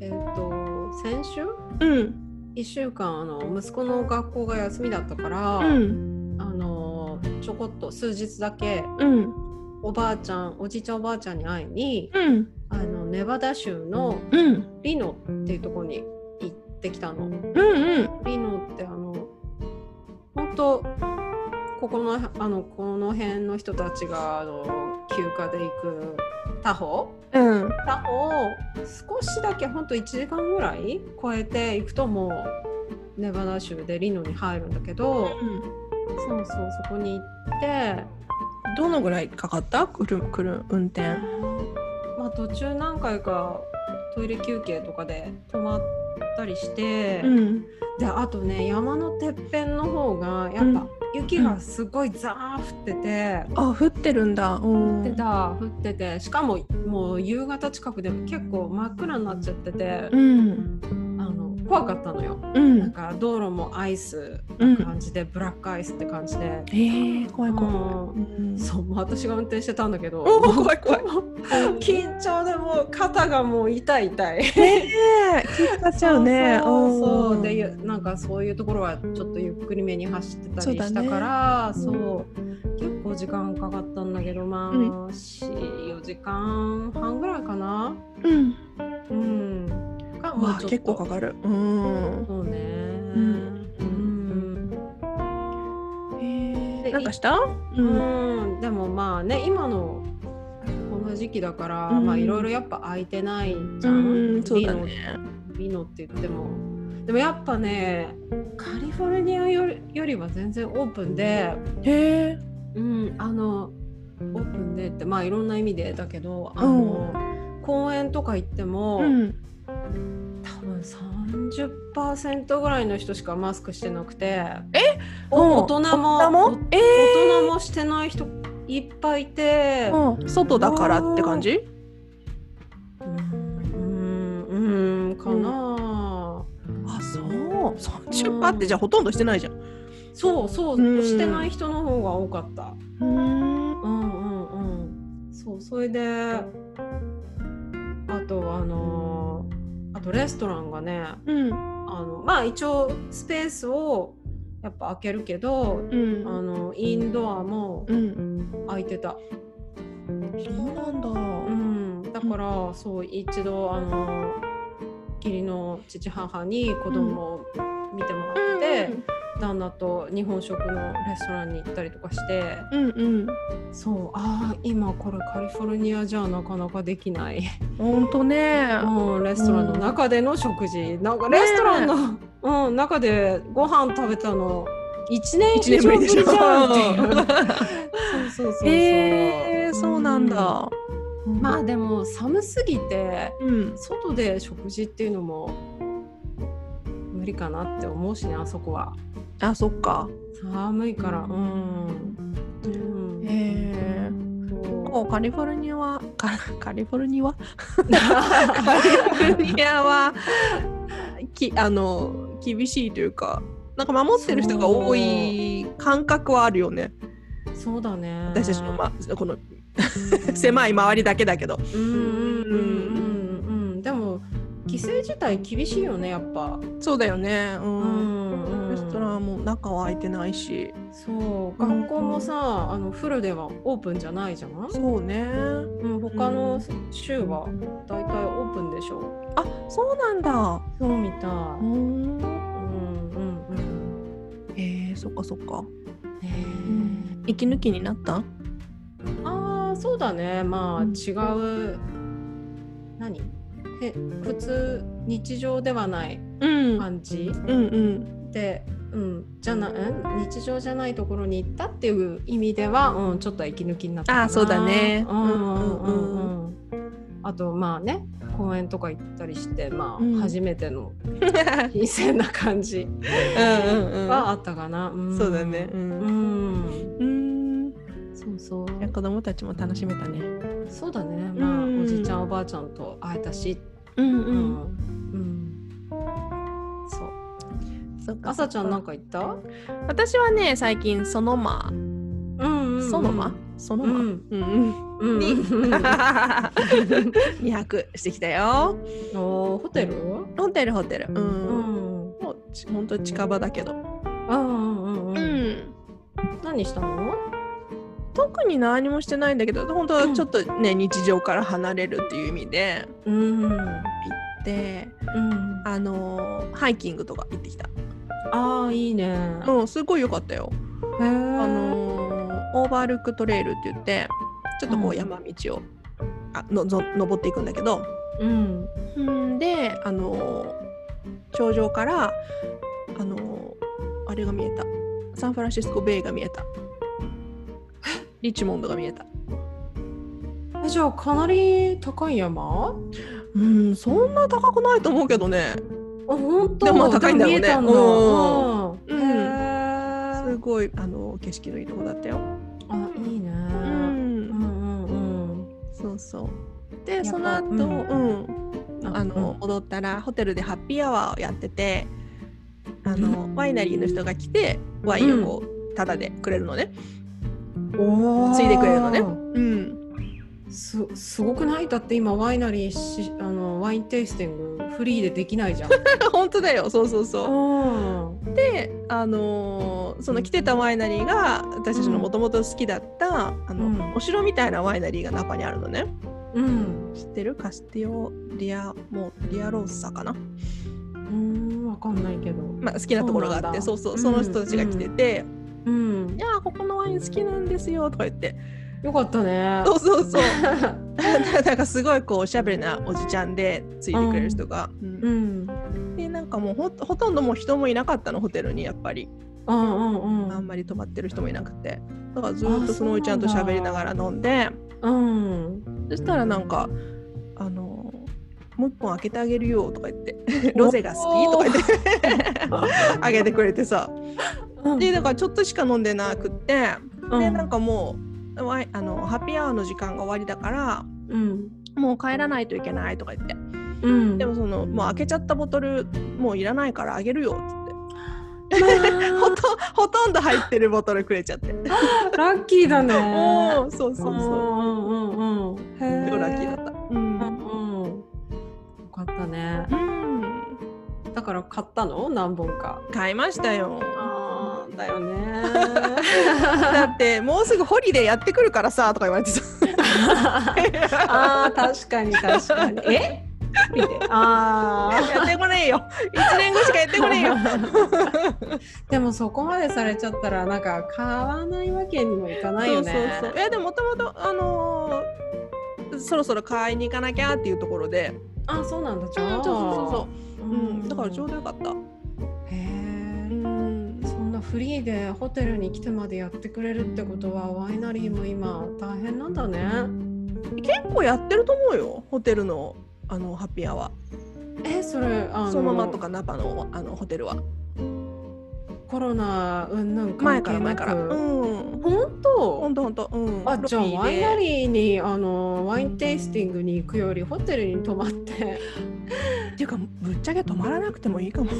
[SPEAKER 2] えっ、と、先週。
[SPEAKER 1] うん
[SPEAKER 2] 一週間、あの、息子の学校が休みだったから。
[SPEAKER 1] うん
[SPEAKER 2] あの、ちょこっと数日だけ。
[SPEAKER 1] うん
[SPEAKER 2] おばあちゃん、おじいちゃん、おばあちゃんに会いに。
[SPEAKER 1] うん
[SPEAKER 2] あの、ネバダ州の
[SPEAKER 1] うん
[SPEAKER 2] リノっていうところに。行ってきたの。
[SPEAKER 1] うん
[SPEAKER 2] リノってあの本当ここのあのこの辺の人たちがあの休暇で行く他方
[SPEAKER 1] うん
[SPEAKER 2] 他方を少しだけ本当1時間ぐらい超えて行くともうネバダ州でリノに入るんだけどそうそうそこに行って、
[SPEAKER 1] どのぐらいかかったくるくる運転
[SPEAKER 2] まあ、途中何回かトイレ休憩とかで泊まったりして。
[SPEAKER 1] ん
[SPEAKER 2] であとね山のてっぺんの方がや
[SPEAKER 1] う
[SPEAKER 2] っぱ
[SPEAKER 1] ん
[SPEAKER 2] 雪がすごいザー降ってて、
[SPEAKER 1] あ降ってるんだうん
[SPEAKER 2] 降ってた降っててしかももう夕方近くで結構真っ暗になっちゃってて、
[SPEAKER 1] うん
[SPEAKER 2] あの怖かったのよ、
[SPEAKER 1] う
[SPEAKER 2] なん
[SPEAKER 1] ん
[SPEAKER 2] か道路もアイス
[SPEAKER 1] う
[SPEAKER 2] なん感じで、ブラックアイスって感じで、
[SPEAKER 1] えー、怖い怖い、
[SPEAKER 2] も
[SPEAKER 1] うん
[SPEAKER 2] うそうもう私が運転してたんだけど
[SPEAKER 1] おー怖い怖い
[SPEAKER 2] 緊張でもう肩がもう痛い痛い。
[SPEAKER 1] ねえ気使っちゃうね
[SPEAKER 2] そうそうそううんでゆなんかそういうところはちょっとゆっくりめに走ってたりしたからそう,、結構時間かかったんだけどまあ、
[SPEAKER 1] う
[SPEAKER 2] 4時間半ぐらいかな
[SPEAKER 1] うん
[SPEAKER 2] うんか
[SPEAKER 1] わあ結構か
[SPEAKER 2] か
[SPEAKER 1] かるうん
[SPEAKER 2] そうね
[SPEAKER 1] ん
[SPEAKER 2] うん、
[SPEAKER 1] え
[SPEAKER 2] で
[SPEAKER 1] なんかしたう
[SPEAKER 2] うんでもまあね今のこの時期だから、
[SPEAKER 1] うん
[SPEAKER 2] まあいろいろやっぱ空いてないじゃん、
[SPEAKER 1] うんそうだ
[SPEAKER 2] 美の
[SPEAKER 1] ね
[SPEAKER 2] 美濃って言ってもでもやっぱねカリフォルニアよりよりは全然オープンで、
[SPEAKER 1] へえ
[SPEAKER 2] うん、あのオープンでってまあいろんな意味でだけどあの、公園とか行っても、
[SPEAKER 1] うん
[SPEAKER 2] 多分30%ぐらいの人しかマスクしてなくて
[SPEAKER 1] うん
[SPEAKER 2] お大人も
[SPEAKER 1] 大人もえ
[SPEAKER 2] 大人もしてない人いっぱいいて。
[SPEAKER 1] うん外だからって感じ
[SPEAKER 2] うんうんかな、
[SPEAKER 1] あそう30パってじゃあほとんどしてないじゃん
[SPEAKER 2] そうそう、
[SPEAKER 1] うん
[SPEAKER 2] してない人の方が多かった。
[SPEAKER 1] うん
[SPEAKER 2] うんうんうんそうそれであとあのーあとレストランがね
[SPEAKER 1] うん
[SPEAKER 2] あのまあ一応スペースをやっぱ空けるけど
[SPEAKER 1] う
[SPEAKER 2] あ
[SPEAKER 1] ん
[SPEAKER 2] のインドアも
[SPEAKER 1] うん
[SPEAKER 2] 空いてた、
[SPEAKER 1] そうなんだ
[SPEAKER 2] うん、だからそう一度あの義理の父母に子供を見てもらって、旦那と日本食のレストランに行ったりとかして
[SPEAKER 1] うんうん
[SPEAKER 2] そうあー今これカリフォルニアじゃなかなかでき ない
[SPEAKER 1] ほんとね
[SPEAKER 2] うん、レストランの中での食事、なんかレストランの、うん、中でご飯食べたの1年
[SPEAKER 1] 一
[SPEAKER 2] 以
[SPEAKER 1] 年
[SPEAKER 2] 上
[SPEAKER 1] ぶり
[SPEAKER 2] ぶ
[SPEAKER 1] で
[SPEAKER 2] り
[SPEAKER 1] し
[SPEAKER 2] じ
[SPEAKER 1] ょ
[SPEAKER 2] ゃんっていう そうそうそうそう、
[SPEAKER 1] へえそうなんだ
[SPEAKER 2] まあでも寒すぎて
[SPEAKER 1] うん
[SPEAKER 2] 外で食事っていうのも無理かなって思うしねあそこは
[SPEAKER 1] あそっか
[SPEAKER 2] 寒いからうん、うん
[SPEAKER 1] へえ
[SPEAKER 2] そう
[SPEAKER 1] もうカリフォルニアはカカリフォルニアは カリフォルニアは きあの厳しいというかなんか守ってる人が多い感覚はあるよね
[SPEAKER 2] そうだね
[SPEAKER 1] 私たちの、ま、この 狭い周りだけだけど
[SPEAKER 2] うんうんうんうんうんでも規制自体厳しいよねやっぱ
[SPEAKER 1] そうだよねう、
[SPEAKER 2] うんん
[SPEAKER 1] レストランも中は空いてないし
[SPEAKER 2] そう学校もさあのフルではオープンじゃないじゃん、う
[SPEAKER 1] そうね
[SPEAKER 2] ん、他の州はだいたいオープンでしょ
[SPEAKER 1] あそうなんだ
[SPEAKER 2] そうみたい、
[SPEAKER 1] うん
[SPEAKER 2] うんうんうん
[SPEAKER 1] えー、そっかそっか
[SPEAKER 2] へ
[SPEAKER 1] 息抜きになった
[SPEAKER 2] ーああそうだねまあ
[SPEAKER 1] うん
[SPEAKER 2] 違う、何へ普通日常ではない
[SPEAKER 1] うん
[SPEAKER 2] 感じ
[SPEAKER 1] うんうん
[SPEAKER 2] で、うん、じゃなうん日常じゃないところに行ったっていう意味では、うん、ちょっと息抜きになったかな
[SPEAKER 1] あーそうだね
[SPEAKER 2] うんうんう
[SPEAKER 1] うんうん
[SPEAKER 2] んうんあとまあね公園とか行ったりしてまあ、
[SPEAKER 1] うん
[SPEAKER 2] 初めての
[SPEAKER 1] う
[SPEAKER 2] 新鮮な感じ
[SPEAKER 1] ん うん
[SPEAKER 2] はあったかな、うん
[SPEAKER 1] そうだねう
[SPEAKER 2] うんん
[SPEAKER 1] うんじ
[SPEAKER 2] そうそう
[SPEAKER 1] ゃあ子供たちも楽しめたね
[SPEAKER 2] そうだねまあ、
[SPEAKER 1] うん
[SPEAKER 2] おじいちゃんおばあちゃんと会えたし
[SPEAKER 1] うん
[SPEAKER 2] うん、うんそう
[SPEAKER 1] そっか
[SPEAKER 2] 朝ちゃんなん
[SPEAKER 1] か
[SPEAKER 2] か行った
[SPEAKER 1] 私はね最近そのま
[SPEAKER 2] うん
[SPEAKER 1] そのまそのまう
[SPEAKER 2] う
[SPEAKER 1] んんうん
[SPEAKER 2] うん
[SPEAKER 1] に
[SPEAKER 2] うん
[SPEAKER 1] 二泊してきたよ
[SPEAKER 2] おーホテル
[SPEAKER 1] ホテルホテルう
[SPEAKER 2] うんん
[SPEAKER 1] もうち本当近場だけど
[SPEAKER 2] うんうんうん
[SPEAKER 1] う
[SPEAKER 2] うん
[SPEAKER 1] ん
[SPEAKER 2] 何したの
[SPEAKER 1] 特に何もしてないんだけど本当ちょっとね、日常から離れるっていう意味で
[SPEAKER 2] うんうん
[SPEAKER 1] であのーハイキングとか行ってきた
[SPEAKER 2] ああいいねへ
[SPEAKER 1] うんすごい良かったよ
[SPEAKER 2] え
[SPEAKER 1] あのーオーバールックトレイルって言ってちょっとこ
[SPEAKER 2] う
[SPEAKER 1] うん山道を、あのぞ登っていくんだけど
[SPEAKER 2] うん
[SPEAKER 1] うんであのー頂上からあのーあれが見えたサンフランシスコベイが見えたリッチモンドが見えた
[SPEAKER 2] えじゃあかなり高い山あ
[SPEAKER 1] うんそんな高くないと思うけどね
[SPEAKER 2] 本当
[SPEAKER 1] でもまあ高いんだろうね
[SPEAKER 2] 見えたんだ
[SPEAKER 1] うん
[SPEAKER 2] うん
[SPEAKER 1] うん
[SPEAKER 2] へ
[SPEAKER 1] す
[SPEAKER 2] ー
[SPEAKER 1] ごいあの景色のいいとこだったよ。
[SPEAKER 2] あいいね
[SPEAKER 1] う、
[SPEAKER 2] うんんうん
[SPEAKER 1] そうそう。で
[SPEAKER 2] っぱ
[SPEAKER 1] その後、
[SPEAKER 2] う
[SPEAKER 1] うんん、
[SPEAKER 2] うん
[SPEAKER 1] あの戻ったらホテルでハッピーアワーをやってて、あの、ワイナリーの人が来てワインをこうタダでくれるのね。
[SPEAKER 2] おー
[SPEAKER 1] ついでくれるのねうん。
[SPEAKER 2] すすごくないだって今ワイナリーしあのワインテイスティングフリーでできな いじゃん。
[SPEAKER 1] 本当だよ。そうそうそう。
[SPEAKER 2] うん
[SPEAKER 1] で、あのーその来てたワイナリーが私たちのもともと好きだった、あの、
[SPEAKER 2] うん
[SPEAKER 1] お城みたいなワイナリーが中にあるのね。
[SPEAKER 2] うん
[SPEAKER 1] 知ってるカスティオリアもうリアローサかな。
[SPEAKER 2] うんわかんないけど。
[SPEAKER 1] まあ、好きなところがあって
[SPEAKER 2] そ
[SPEAKER 1] そうう
[SPEAKER 2] なん
[SPEAKER 1] そ
[SPEAKER 2] だ
[SPEAKER 1] うその人たちが来てて「
[SPEAKER 2] うん
[SPEAKER 1] いやーここのワイン好きなんですよ」とか言って
[SPEAKER 2] よかったね。
[SPEAKER 1] そうそう そうなんかすごいこうおしゃべりなおじちゃんでついてくれる人が、
[SPEAKER 2] う
[SPEAKER 1] うん
[SPEAKER 2] ん
[SPEAKER 1] でなんかもうほんほとんどもう人もいなかったのホテルにやっぱり
[SPEAKER 2] うんうんう
[SPEAKER 1] あん
[SPEAKER 2] ん
[SPEAKER 1] まり泊まってる人もいなくてだからずーっとそのおじちゃんと喋りながら飲んで
[SPEAKER 2] うん。
[SPEAKER 1] そしたらなんか「あのーもう一本開けてあげるよ」とか言って「ロゼが好き?」とか言ってあげてくれてさ
[SPEAKER 2] うん
[SPEAKER 1] でだからちょっとしか飲んでなくって。
[SPEAKER 2] う
[SPEAKER 1] でなんかもうワイあのハッピーアワーの時間が終わりだから
[SPEAKER 2] うん
[SPEAKER 1] もう帰らないといけないとか言って
[SPEAKER 2] うん
[SPEAKER 1] でもそのもう開けちゃったボトルもういらないからあげるよって言ってほ
[SPEAKER 2] ま
[SPEAKER 1] とほとんど入ってるボトルくれちゃって
[SPEAKER 2] あ ラッキーだね。
[SPEAKER 1] おおそうそうそう
[SPEAKER 2] うんうんうんうん。へー
[SPEAKER 1] 超ラッキーだったうん
[SPEAKER 2] うんうん。よかったね。
[SPEAKER 1] うん
[SPEAKER 2] だから買ったの何本か。
[SPEAKER 1] 買いましたよ
[SPEAKER 2] ああだ よね。
[SPEAKER 1] だってもうすぐホリデーやってくるからさとか言われてさ
[SPEAKER 2] ああ確かに確かに。え？あ
[SPEAKER 1] やってこねえよ1年後しかやってこねえ よ
[SPEAKER 2] あでもそこまでされちゃったらなんか買わないわけにもいかないよね。
[SPEAKER 1] そうそうそういやでもともとあのーそろそろ買いに行かなきゃっていうところで、
[SPEAKER 2] あそうなんだ。じ
[SPEAKER 1] そう
[SPEAKER 2] ゃあ。
[SPEAKER 1] そうそううそう、うん、だからちょうどよかった、
[SPEAKER 2] へえ。
[SPEAKER 1] ん
[SPEAKER 2] そんなフリーでホテルに来てまでやってくれるってことはワイナリーも今大変なんだね。
[SPEAKER 1] 結構やってると思うよホテルのあのハッピーアワ
[SPEAKER 2] えそれあ
[SPEAKER 1] ー
[SPEAKER 2] の
[SPEAKER 1] そのままとかナパのあのホテルは
[SPEAKER 2] コロナうんなん
[SPEAKER 1] 前から前からう
[SPEAKER 2] 本
[SPEAKER 1] ん
[SPEAKER 2] 当。
[SPEAKER 1] ほんとほんとうん
[SPEAKER 2] あじゃあワイナ
[SPEAKER 1] ー
[SPEAKER 2] リーにあのワインテイスティングに行くよりホテルに泊まって
[SPEAKER 1] っていうかぶっちゃけ泊まらなくてもいいかも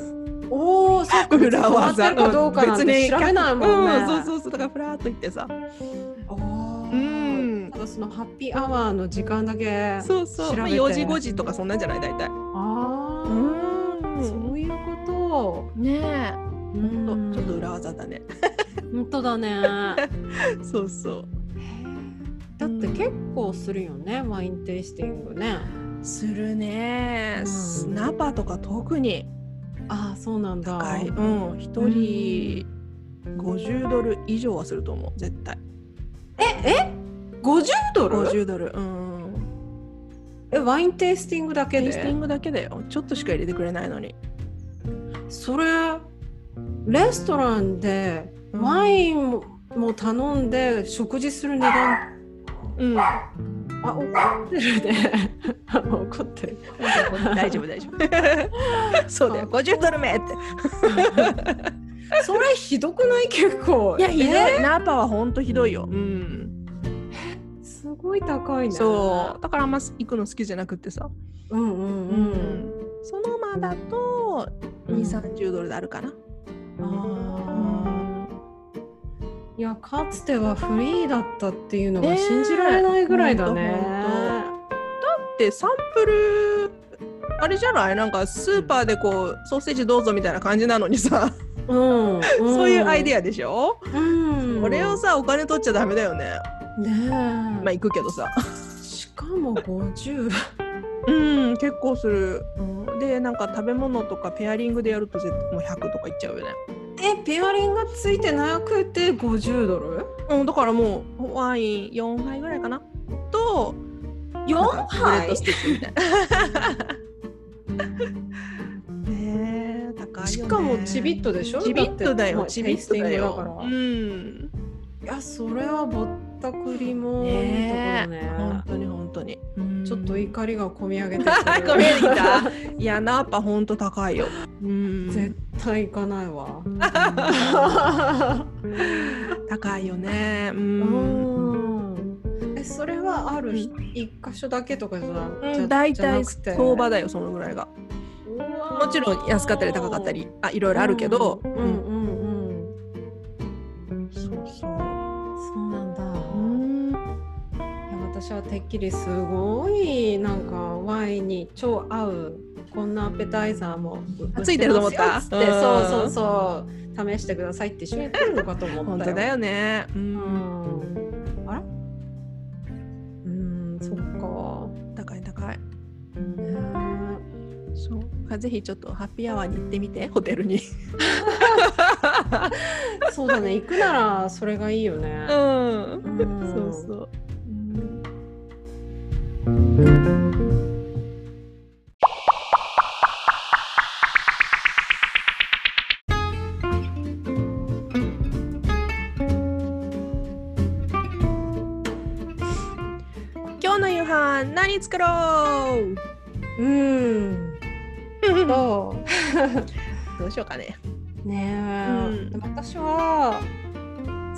[SPEAKER 2] おおそ っか
[SPEAKER 1] 裏技
[SPEAKER 2] 泊まってるかどうかなんて調べないもんね、
[SPEAKER 1] うん、そうそうそうだからふらっと行ってさ
[SPEAKER 2] あー
[SPEAKER 1] うん
[SPEAKER 2] ただそのハッピーアワーの時間だけ
[SPEAKER 1] そうそう、まあ、
[SPEAKER 2] 調べて
[SPEAKER 1] 4時5時とかそんなんじゃない大体
[SPEAKER 2] あー
[SPEAKER 1] ん
[SPEAKER 2] そういうこと
[SPEAKER 1] ねえ
[SPEAKER 2] う
[SPEAKER 1] と
[SPEAKER 2] ん
[SPEAKER 1] ちょっと裏技だね。
[SPEAKER 2] 本当 だね
[SPEAKER 1] そうそう。
[SPEAKER 2] へーだって結構するよねワインテイスティングね
[SPEAKER 1] するね
[SPEAKER 2] うん
[SPEAKER 1] スナパとか特に
[SPEAKER 2] ああそうなんだ
[SPEAKER 1] 高い。うん、一人50ドル以上はすると思う絶対
[SPEAKER 2] ええ50ドル
[SPEAKER 1] 50ドルうん
[SPEAKER 2] えワインテイスティングだけ
[SPEAKER 1] テイスティ
[SPEAKER 2] で
[SPEAKER 1] ングだけだよちょっとしか入れてくれないのに
[SPEAKER 2] それレストランで
[SPEAKER 1] うん
[SPEAKER 2] ワインも,、頼んで食事する値段
[SPEAKER 1] うん大
[SPEAKER 2] あ怒ってるね 怒っ てる
[SPEAKER 1] 丈夫大丈夫そうだよ50ドル目って
[SPEAKER 2] それひどくない結構
[SPEAKER 1] いやひどい、
[SPEAKER 2] え
[SPEAKER 1] ナーパはほんとひどいようん
[SPEAKER 2] すごい高いね
[SPEAKER 1] そうだからあんま行くの好きじゃなくってさ
[SPEAKER 2] ううんうんうん
[SPEAKER 1] そのまだと
[SPEAKER 2] うん
[SPEAKER 1] 2 3 0ドルであるかな、
[SPEAKER 2] あーいやかつてはフリーだったっていうのが信じられないぐらいだね。
[SPEAKER 1] ねでサンプルあれじゃないなんかスーパーでこうソーセージどうぞみたいな感じなのにさ、
[SPEAKER 2] うん、
[SPEAKER 1] そういうアイデ
[SPEAKER 2] ア。
[SPEAKER 1] アでしょ、
[SPEAKER 2] うん、
[SPEAKER 1] これをさお金取っちゃダメだよね
[SPEAKER 2] ねえ、
[SPEAKER 1] まあ行くけどさ
[SPEAKER 2] しかも50。
[SPEAKER 1] うん結構する、うんでなんか食べ物とかペアリングでやると絶対もう100とかいっちゃうよね
[SPEAKER 2] えペアリングがついてなくて50ドル
[SPEAKER 1] うんだからもうワイン4杯ぐらいかなと
[SPEAKER 2] 4
[SPEAKER 1] なんかブレッド
[SPEAKER 2] 杯
[SPEAKER 1] スティックみたいな。ねえ高いよね。
[SPEAKER 2] しかもちびっとでしょ
[SPEAKER 1] ちびっとだよ。
[SPEAKER 2] って
[SPEAKER 1] ちびっとだ
[SPEAKER 2] テイスティングだ
[SPEAKER 1] よ。
[SPEAKER 2] から
[SPEAKER 1] うん。
[SPEAKER 2] いやそれはぼったくりもいいとこ
[SPEAKER 1] ね
[SPEAKER 2] ろね
[SPEAKER 1] え。本当に本当に。うん
[SPEAKER 2] ちょっと怒りがこみ上げて
[SPEAKER 1] ごめんなさいいやナーパ本当高いよ。うん
[SPEAKER 2] 絶。対行かないわ
[SPEAKER 1] 高いよね。う。
[SPEAKER 2] うんんえそれはある
[SPEAKER 1] うん
[SPEAKER 2] 一箇所だけとかじゃな
[SPEAKER 1] う
[SPEAKER 2] じゃ
[SPEAKER 1] ん、大
[SPEAKER 2] じゃな
[SPEAKER 1] 体
[SPEAKER 2] くて
[SPEAKER 1] 相場だよそのぐらいがも
[SPEAKER 2] も
[SPEAKER 1] ちろん安かったり高かったりあいろいろあるけど、
[SPEAKER 2] うんうんうん
[SPEAKER 1] そうそう
[SPEAKER 2] そうなんだ
[SPEAKER 1] うん
[SPEAKER 2] いや私はてっきりすごいなんかワインに超合うこんなアペタイザーも
[SPEAKER 1] あついてると思った
[SPEAKER 2] 売ますよつって
[SPEAKER 1] うん
[SPEAKER 2] そうそうそう試してくださいって一緒にやってるのかと思っ た
[SPEAKER 1] 本当だよねう
[SPEAKER 2] うんんあらうんそっか
[SPEAKER 1] 高い高い
[SPEAKER 2] ね
[SPEAKER 1] そうぜひちょっとハッピーアワーに行ってみてホテルに
[SPEAKER 2] えそうだね行くならそれがいいよね
[SPEAKER 1] う、ん
[SPEAKER 2] うん
[SPEAKER 1] そうそう今日の夕飯何作ろう
[SPEAKER 2] うんど
[SPEAKER 1] どうしようかね
[SPEAKER 2] うねえ、
[SPEAKER 1] うん
[SPEAKER 2] でも私は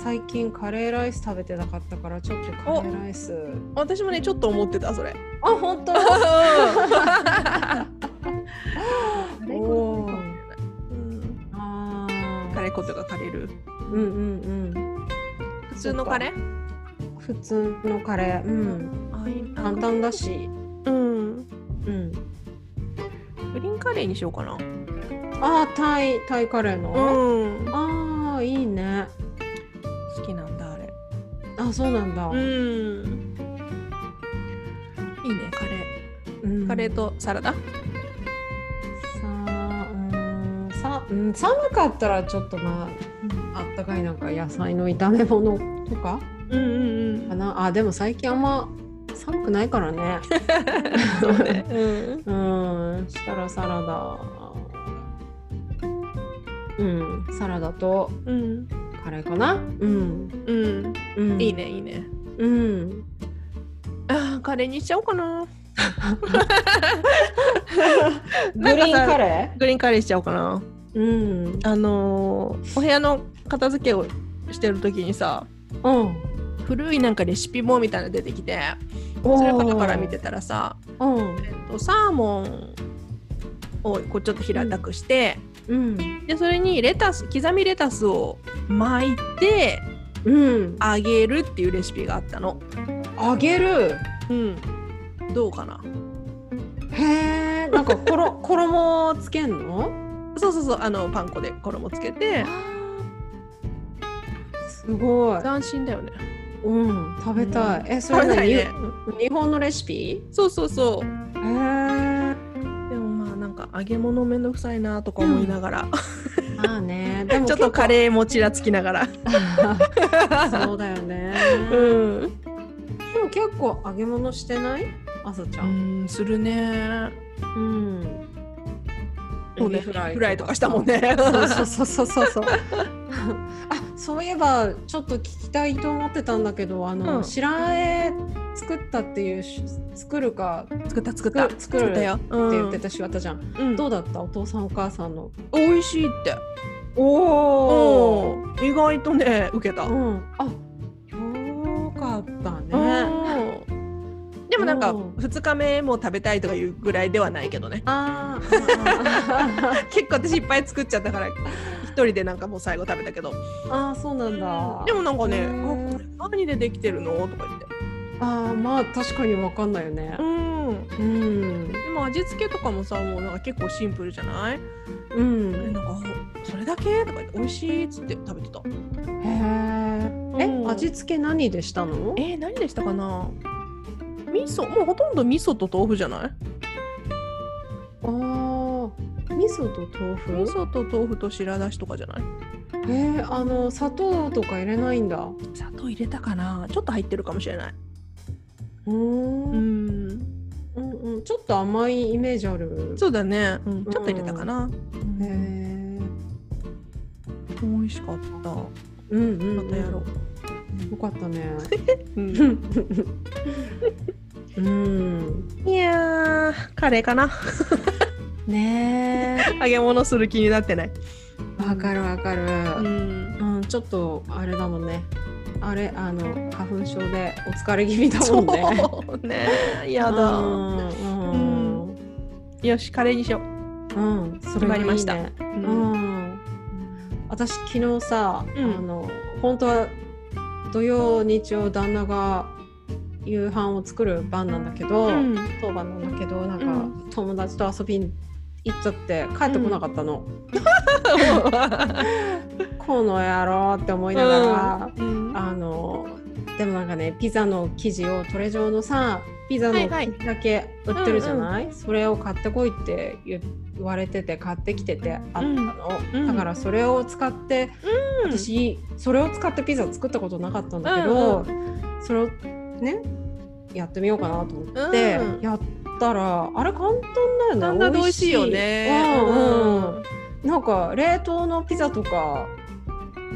[SPEAKER 2] 最近カレーライス食べてなかったからちょっとカレーライス
[SPEAKER 1] 私もねちょっと思ってたそれ
[SPEAKER 2] あ本当お
[SPEAKER 1] う
[SPEAKER 2] ー
[SPEAKER 1] ん
[SPEAKER 2] あ
[SPEAKER 1] カ
[SPEAKER 2] ー
[SPEAKER 1] レー粉とかカレル
[SPEAKER 2] うんうんうん
[SPEAKER 1] 普通のカレー
[SPEAKER 2] 普通のカレーうん
[SPEAKER 1] あいいな
[SPEAKER 2] 簡単だし
[SPEAKER 1] うん
[SPEAKER 2] うん
[SPEAKER 1] グリーンカレーにしようかな
[SPEAKER 2] あータイタイカレーの、
[SPEAKER 1] ん
[SPEAKER 2] ああいいね
[SPEAKER 1] 好きなんだあれ
[SPEAKER 2] あそうなんだ、
[SPEAKER 1] んいいねカレ
[SPEAKER 2] うん
[SPEAKER 1] ーカレーとサラダ
[SPEAKER 2] さあうんさ、うん、寒かったらちょっとまああったかいなんか野菜の炒め物とか
[SPEAKER 1] うんうん
[SPEAKER 2] かなあでも最近あんま寒くないからね
[SPEAKER 1] そうね うん
[SPEAKER 2] うんしたらサラダうんサラダと
[SPEAKER 1] うん
[SPEAKER 2] カレーかなうん、
[SPEAKER 1] うん
[SPEAKER 2] うん、
[SPEAKER 1] いいねいいね
[SPEAKER 2] うん
[SPEAKER 1] あーカレーにしちゃおうかな
[SPEAKER 2] グリーンカレ
[SPEAKER 1] グリーンカレーしちゃおうかな
[SPEAKER 2] ーうん
[SPEAKER 1] あのーお部屋の片付けをしてる時にさ
[SPEAKER 2] うん
[SPEAKER 1] 古いなんかレシピ本みたいなの出てきて
[SPEAKER 2] お
[SPEAKER 1] それ
[SPEAKER 2] ー
[SPEAKER 1] からから見てたらさ
[SPEAKER 2] うん
[SPEAKER 1] とサーモンをこうちょっと平たくして、
[SPEAKER 2] うん
[SPEAKER 1] でそれにレタス刻みレタスを巻いて
[SPEAKER 2] うん
[SPEAKER 1] 揚げるっていうレシピがあったの。
[SPEAKER 2] 揚げる
[SPEAKER 1] うん、どうかな
[SPEAKER 2] へえなんかころ 衣をつけんの
[SPEAKER 1] そうそうそうあのパン粉で衣つけて
[SPEAKER 2] すごい。
[SPEAKER 1] 斬新だよね。
[SPEAKER 2] うん、食べたい。え、それ
[SPEAKER 1] 食べたい
[SPEAKER 2] 何、
[SPEAKER 1] ね
[SPEAKER 2] 日本のレシピ？
[SPEAKER 1] そうそうそう。
[SPEAKER 2] へえ。
[SPEAKER 1] でもまあなんかか揚げ物めんどくさいなとか思いながら、
[SPEAKER 2] まあねでも
[SPEAKER 1] ちょっとカ
[SPEAKER 2] ー
[SPEAKER 1] レーもちらつきながら
[SPEAKER 2] そうだよね、
[SPEAKER 1] うん、
[SPEAKER 2] でも結構揚げ物してないあさちゃん
[SPEAKER 1] うん、するね
[SPEAKER 2] うん
[SPEAKER 1] そうね
[SPEAKER 2] エビ
[SPEAKER 1] フライとかしたもんね
[SPEAKER 2] そうそうそうそうそうあそういえばちょっと聞きたいと思ってたんだけどあの、
[SPEAKER 1] うん
[SPEAKER 2] 白あえ作ったっていうし作るかっ
[SPEAKER 1] 作った作った
[SPEAKER 2] 作作る
[SPEAKER 1] ったよ、
[SPEAKER 2] て
[SPEAKER 1] う
[SPEAKER 2] 言
[SPEAKER 1] ん
[SPEAKER 2] ってたしわたちゃん、
[SPEAKER 1] うん
[SPEAKER 2] どうだったお父さんお母さんの
[SPEAKER 1] 美味しいって
[SPEAKER 2] お
[SPEAKER 1] うん意外とね受けた、
[SPEAKER 2] うんあよかったね
[SPEAKER 1] うんでもなんか
[SPEAKER 2] うん
[SPEAKER 1] 2日目も食べたいとかいうぐらいではないけどね
[SPEAKER 2] あー
[SPEAKER 1] 結構私いっぱい作っちゃったから一人でなんかもう最後食べたけど
[SPEAKER 2] あーそうなんだ
[SPEAKER 1] でもなんかね
[SPEAKER 2] う
[SPEAKER 1] 「
[SPEAKER 2] ん
[SPEAKER 1] あこれ何でできてるの?」とか言って
[SPEAKER 2] あーまあ確かにわかんないよね
[SPEAKER 1] うん
[SPEAKER 2] うん
[SPEAKER 1] でも味付けとかもさもうなんか結構シンプルじゃない
[SPEAKER 2] う
[SPEAKER 1] え
[SPEAKER 2] ん
[SPEAKER 1] なんかあそれだけとか言って「美味しい」っつって食べてた
[SPEAKER 2] へーえ
[SPEAKER 1] うん
[SPEAKER 2] 味付け何でしたの
[SPEAKER 1] えー、何でしたかな味噌もうほとんど味噌と豆腐じゃない
[SPEAKER 2] あー味噌と豆腐
[SPEAKER 1] 味噌と豆腐と白だしとかじゃない
[SPEAKER 2] えー、あの砂糖とか入れないんだう
[SPEAKER 1] 砂糖入れたかなちょっと入ってるかもしれない
[SPEAKER 2] ーん
[SPEAKER 1] う
[SPEAKER 2] うん
[SPEAKER 1] ん
[SPEAKER 2] うんちょっと甘いイメージある
[SPEAKER 1] そうだね、うん、ちょっと入れたかな、
[SPEAKER 2] へー
[SPEAKER 1] うん、美味しかったま
[SPEAKER 2] うんうん、うん、
[SPEAKER 1] たやろう、
[SPEAKER 2] よか ったね
[SPEAKER 1] うん
[SPEAKER 2] うん
[SPEAKER 1] いやーカレーかな
[SPEAKER 2] ね
[SPEAKER 1] 揚げ物する気になってない
[SPEAKER 2] えわかるわかる、
[SPEAKER 1] うん
[SPEAKER 2] うん、ちょっとあれだもんね。あれ、あの花粉症でお疲れ気味だ
[SPEAKER 1] そ
[SPEAKER 2] もんね。
[SPEAKER 1] うねや
[SPEAKER 2] う
[SPEAKER 1] だ
[SPEAKER 2] んうん、
[SPEAKER 1] よしカレーにしよう
[SPEAKER 2] うん、それがいい
[SPEAKER 1] 決まり
[SPEAKER 2] ね
[SPEAKER 1] ましたう
[SPEAKER 2] うんん、私昨日さ、
[SPEAKER 1] うん
[SPEAKER 2] あの本当は土曜日曜旦那が夕飯を作る番なんだけど、
[SPEAKER 1] うん
[SPEAKER 2] 当番なんだけどなんか、
[SPEAKER 1] う
[SPEAKER 2] 友達と遊びに行っちゃって帰ってこなかったの。この野郎って思いながら。
[SPEAKER 1] うん
[SPEAKER 2] あのでもなんかねピザの生地をトレ状のさピザの
[SPEAKER 1] はいはい
[SPEAKER 2] 生地だけ売ってるじゃない、それを買ってこいって言言われてて買ってきててあったの、
[SPEAKER 1] うん
[SPEAKER 2] だからそれを使って、
[SPEAKER 1] うん
[SPEAKER 2] 私それを使ってピザ作ったことなかったんだけど、
[SPEAKER 1] う
[SPEAKER 2] それをねやってみようかなと思って、
[SPEAKER 1] うん
[SPEAKER 2] やったらあれ簡単
[SPEAKER 1] だ
[SPEAKER 2] だよ
[SPEAKER 1] ん
[SPEAKER 2] ね
[SPEAKER 1] だん美味しいよね
[SPEAKER 2] うんうんなんか冷凍のピザとか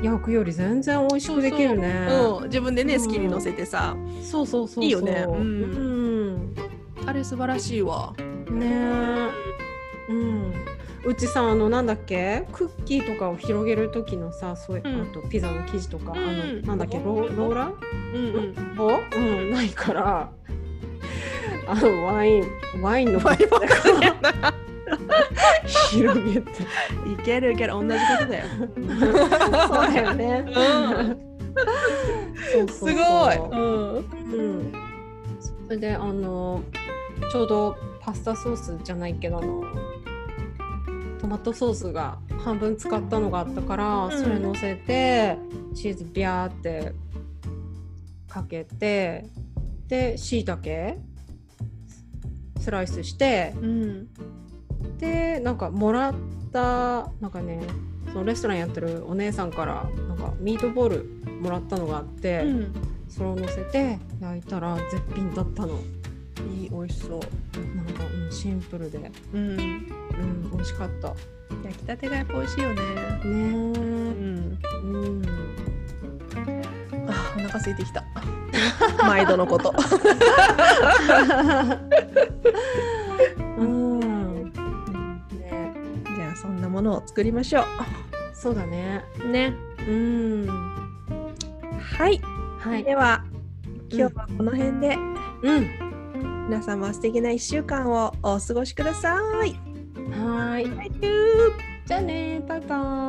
[SPEAKER 2] 焼くより全然美味しくできるね。
[SPEAKER 1] うん自分でね
[SPEAKER 2] うん
[SPEAKER 1] 好きに乗せてさ
[SPEAKER 2] そうそうそうそう。
[SPEAKER 1] いいよねう
[SPEAKER 2] うんん。
[SPEAKER 1] あれ素晴らしいわ
[SPEAKER 2] ねえ。うん。うちさあのなんだっけクッキーとかを広げる時のさそういう、
[SPEAKER 1] うん
[SPEAKER 2] あとピザの生地とか、
[SPEAKER 1] うん
[SPEAKER 2] あのなんだっけローローラ
[SPEAKER 1] うんうん
[SPEAKER 2] ーをうんないからあのワインワインの
[SPEAKER 1] ワインばっかりやな
[SPEAKER 2] 広 げて
[SPEAKER 1] いけるいける同じことだよ
[SPEAKER 2] そうだよね。
[SPEAKER 1] うん
[SPEAKER 2] そう
[SPEAKER 1] す
[SPEAKER 2] そうそう
[SPEAKER 1] ごいうん
[SPEAKER 2] うん、それであのちょうどパスタソースじゃないけどあのトマトソースが半分使ったのがあったから、
[SPEAKER 1] うん
[SPEAKER 2] それ乗せてチーズビャーってかけてでしいたけスライスして
[SPEAKER 1] うん
[SPEAKER 2] でなんかもらったなんかねそのレストランやってるお姉さんからなんかミートボールもらったのがあって。
[SPEAKER 1] うん
[SPEAKER 2] それを乗せて焼いたら絶品だったの
[SPEAKER 1] いい美味しそう
[SPEAKER 2] なんか、うん、シンプルで、
[SPEAKER 1] うん
[SPEAKER 2] うん、美味しかったね
[SPEAKER 1] 焼きたてがやっぱ美味しいよね
[SPEAKER 2] え
[SPEAKER 1] う
[SPEAKER 2] うんん
[SPEAKER 1] あお腹空いてきた 毎度のこと
[SPEAKER 2] うんね
[SPEAKER 1] じゃあそんなものを作りましょ
[SPEAKER 2] そうだね
[SPEAKER 1] うね
[SPEAKER 2] うん
[SPEAKER 1] はい、
[SPEAKER 2] はい
[SPEAKER 1] では今日はこの辺で、
[SPEAKER 2] うん
[SPEAKER 1] 皆様素敵な1週間をお過ごしください
[SPEAKER 2] はーい
[SPEAKER 1] Thank you.
[SPEAKER 2] じゃあねバイバイ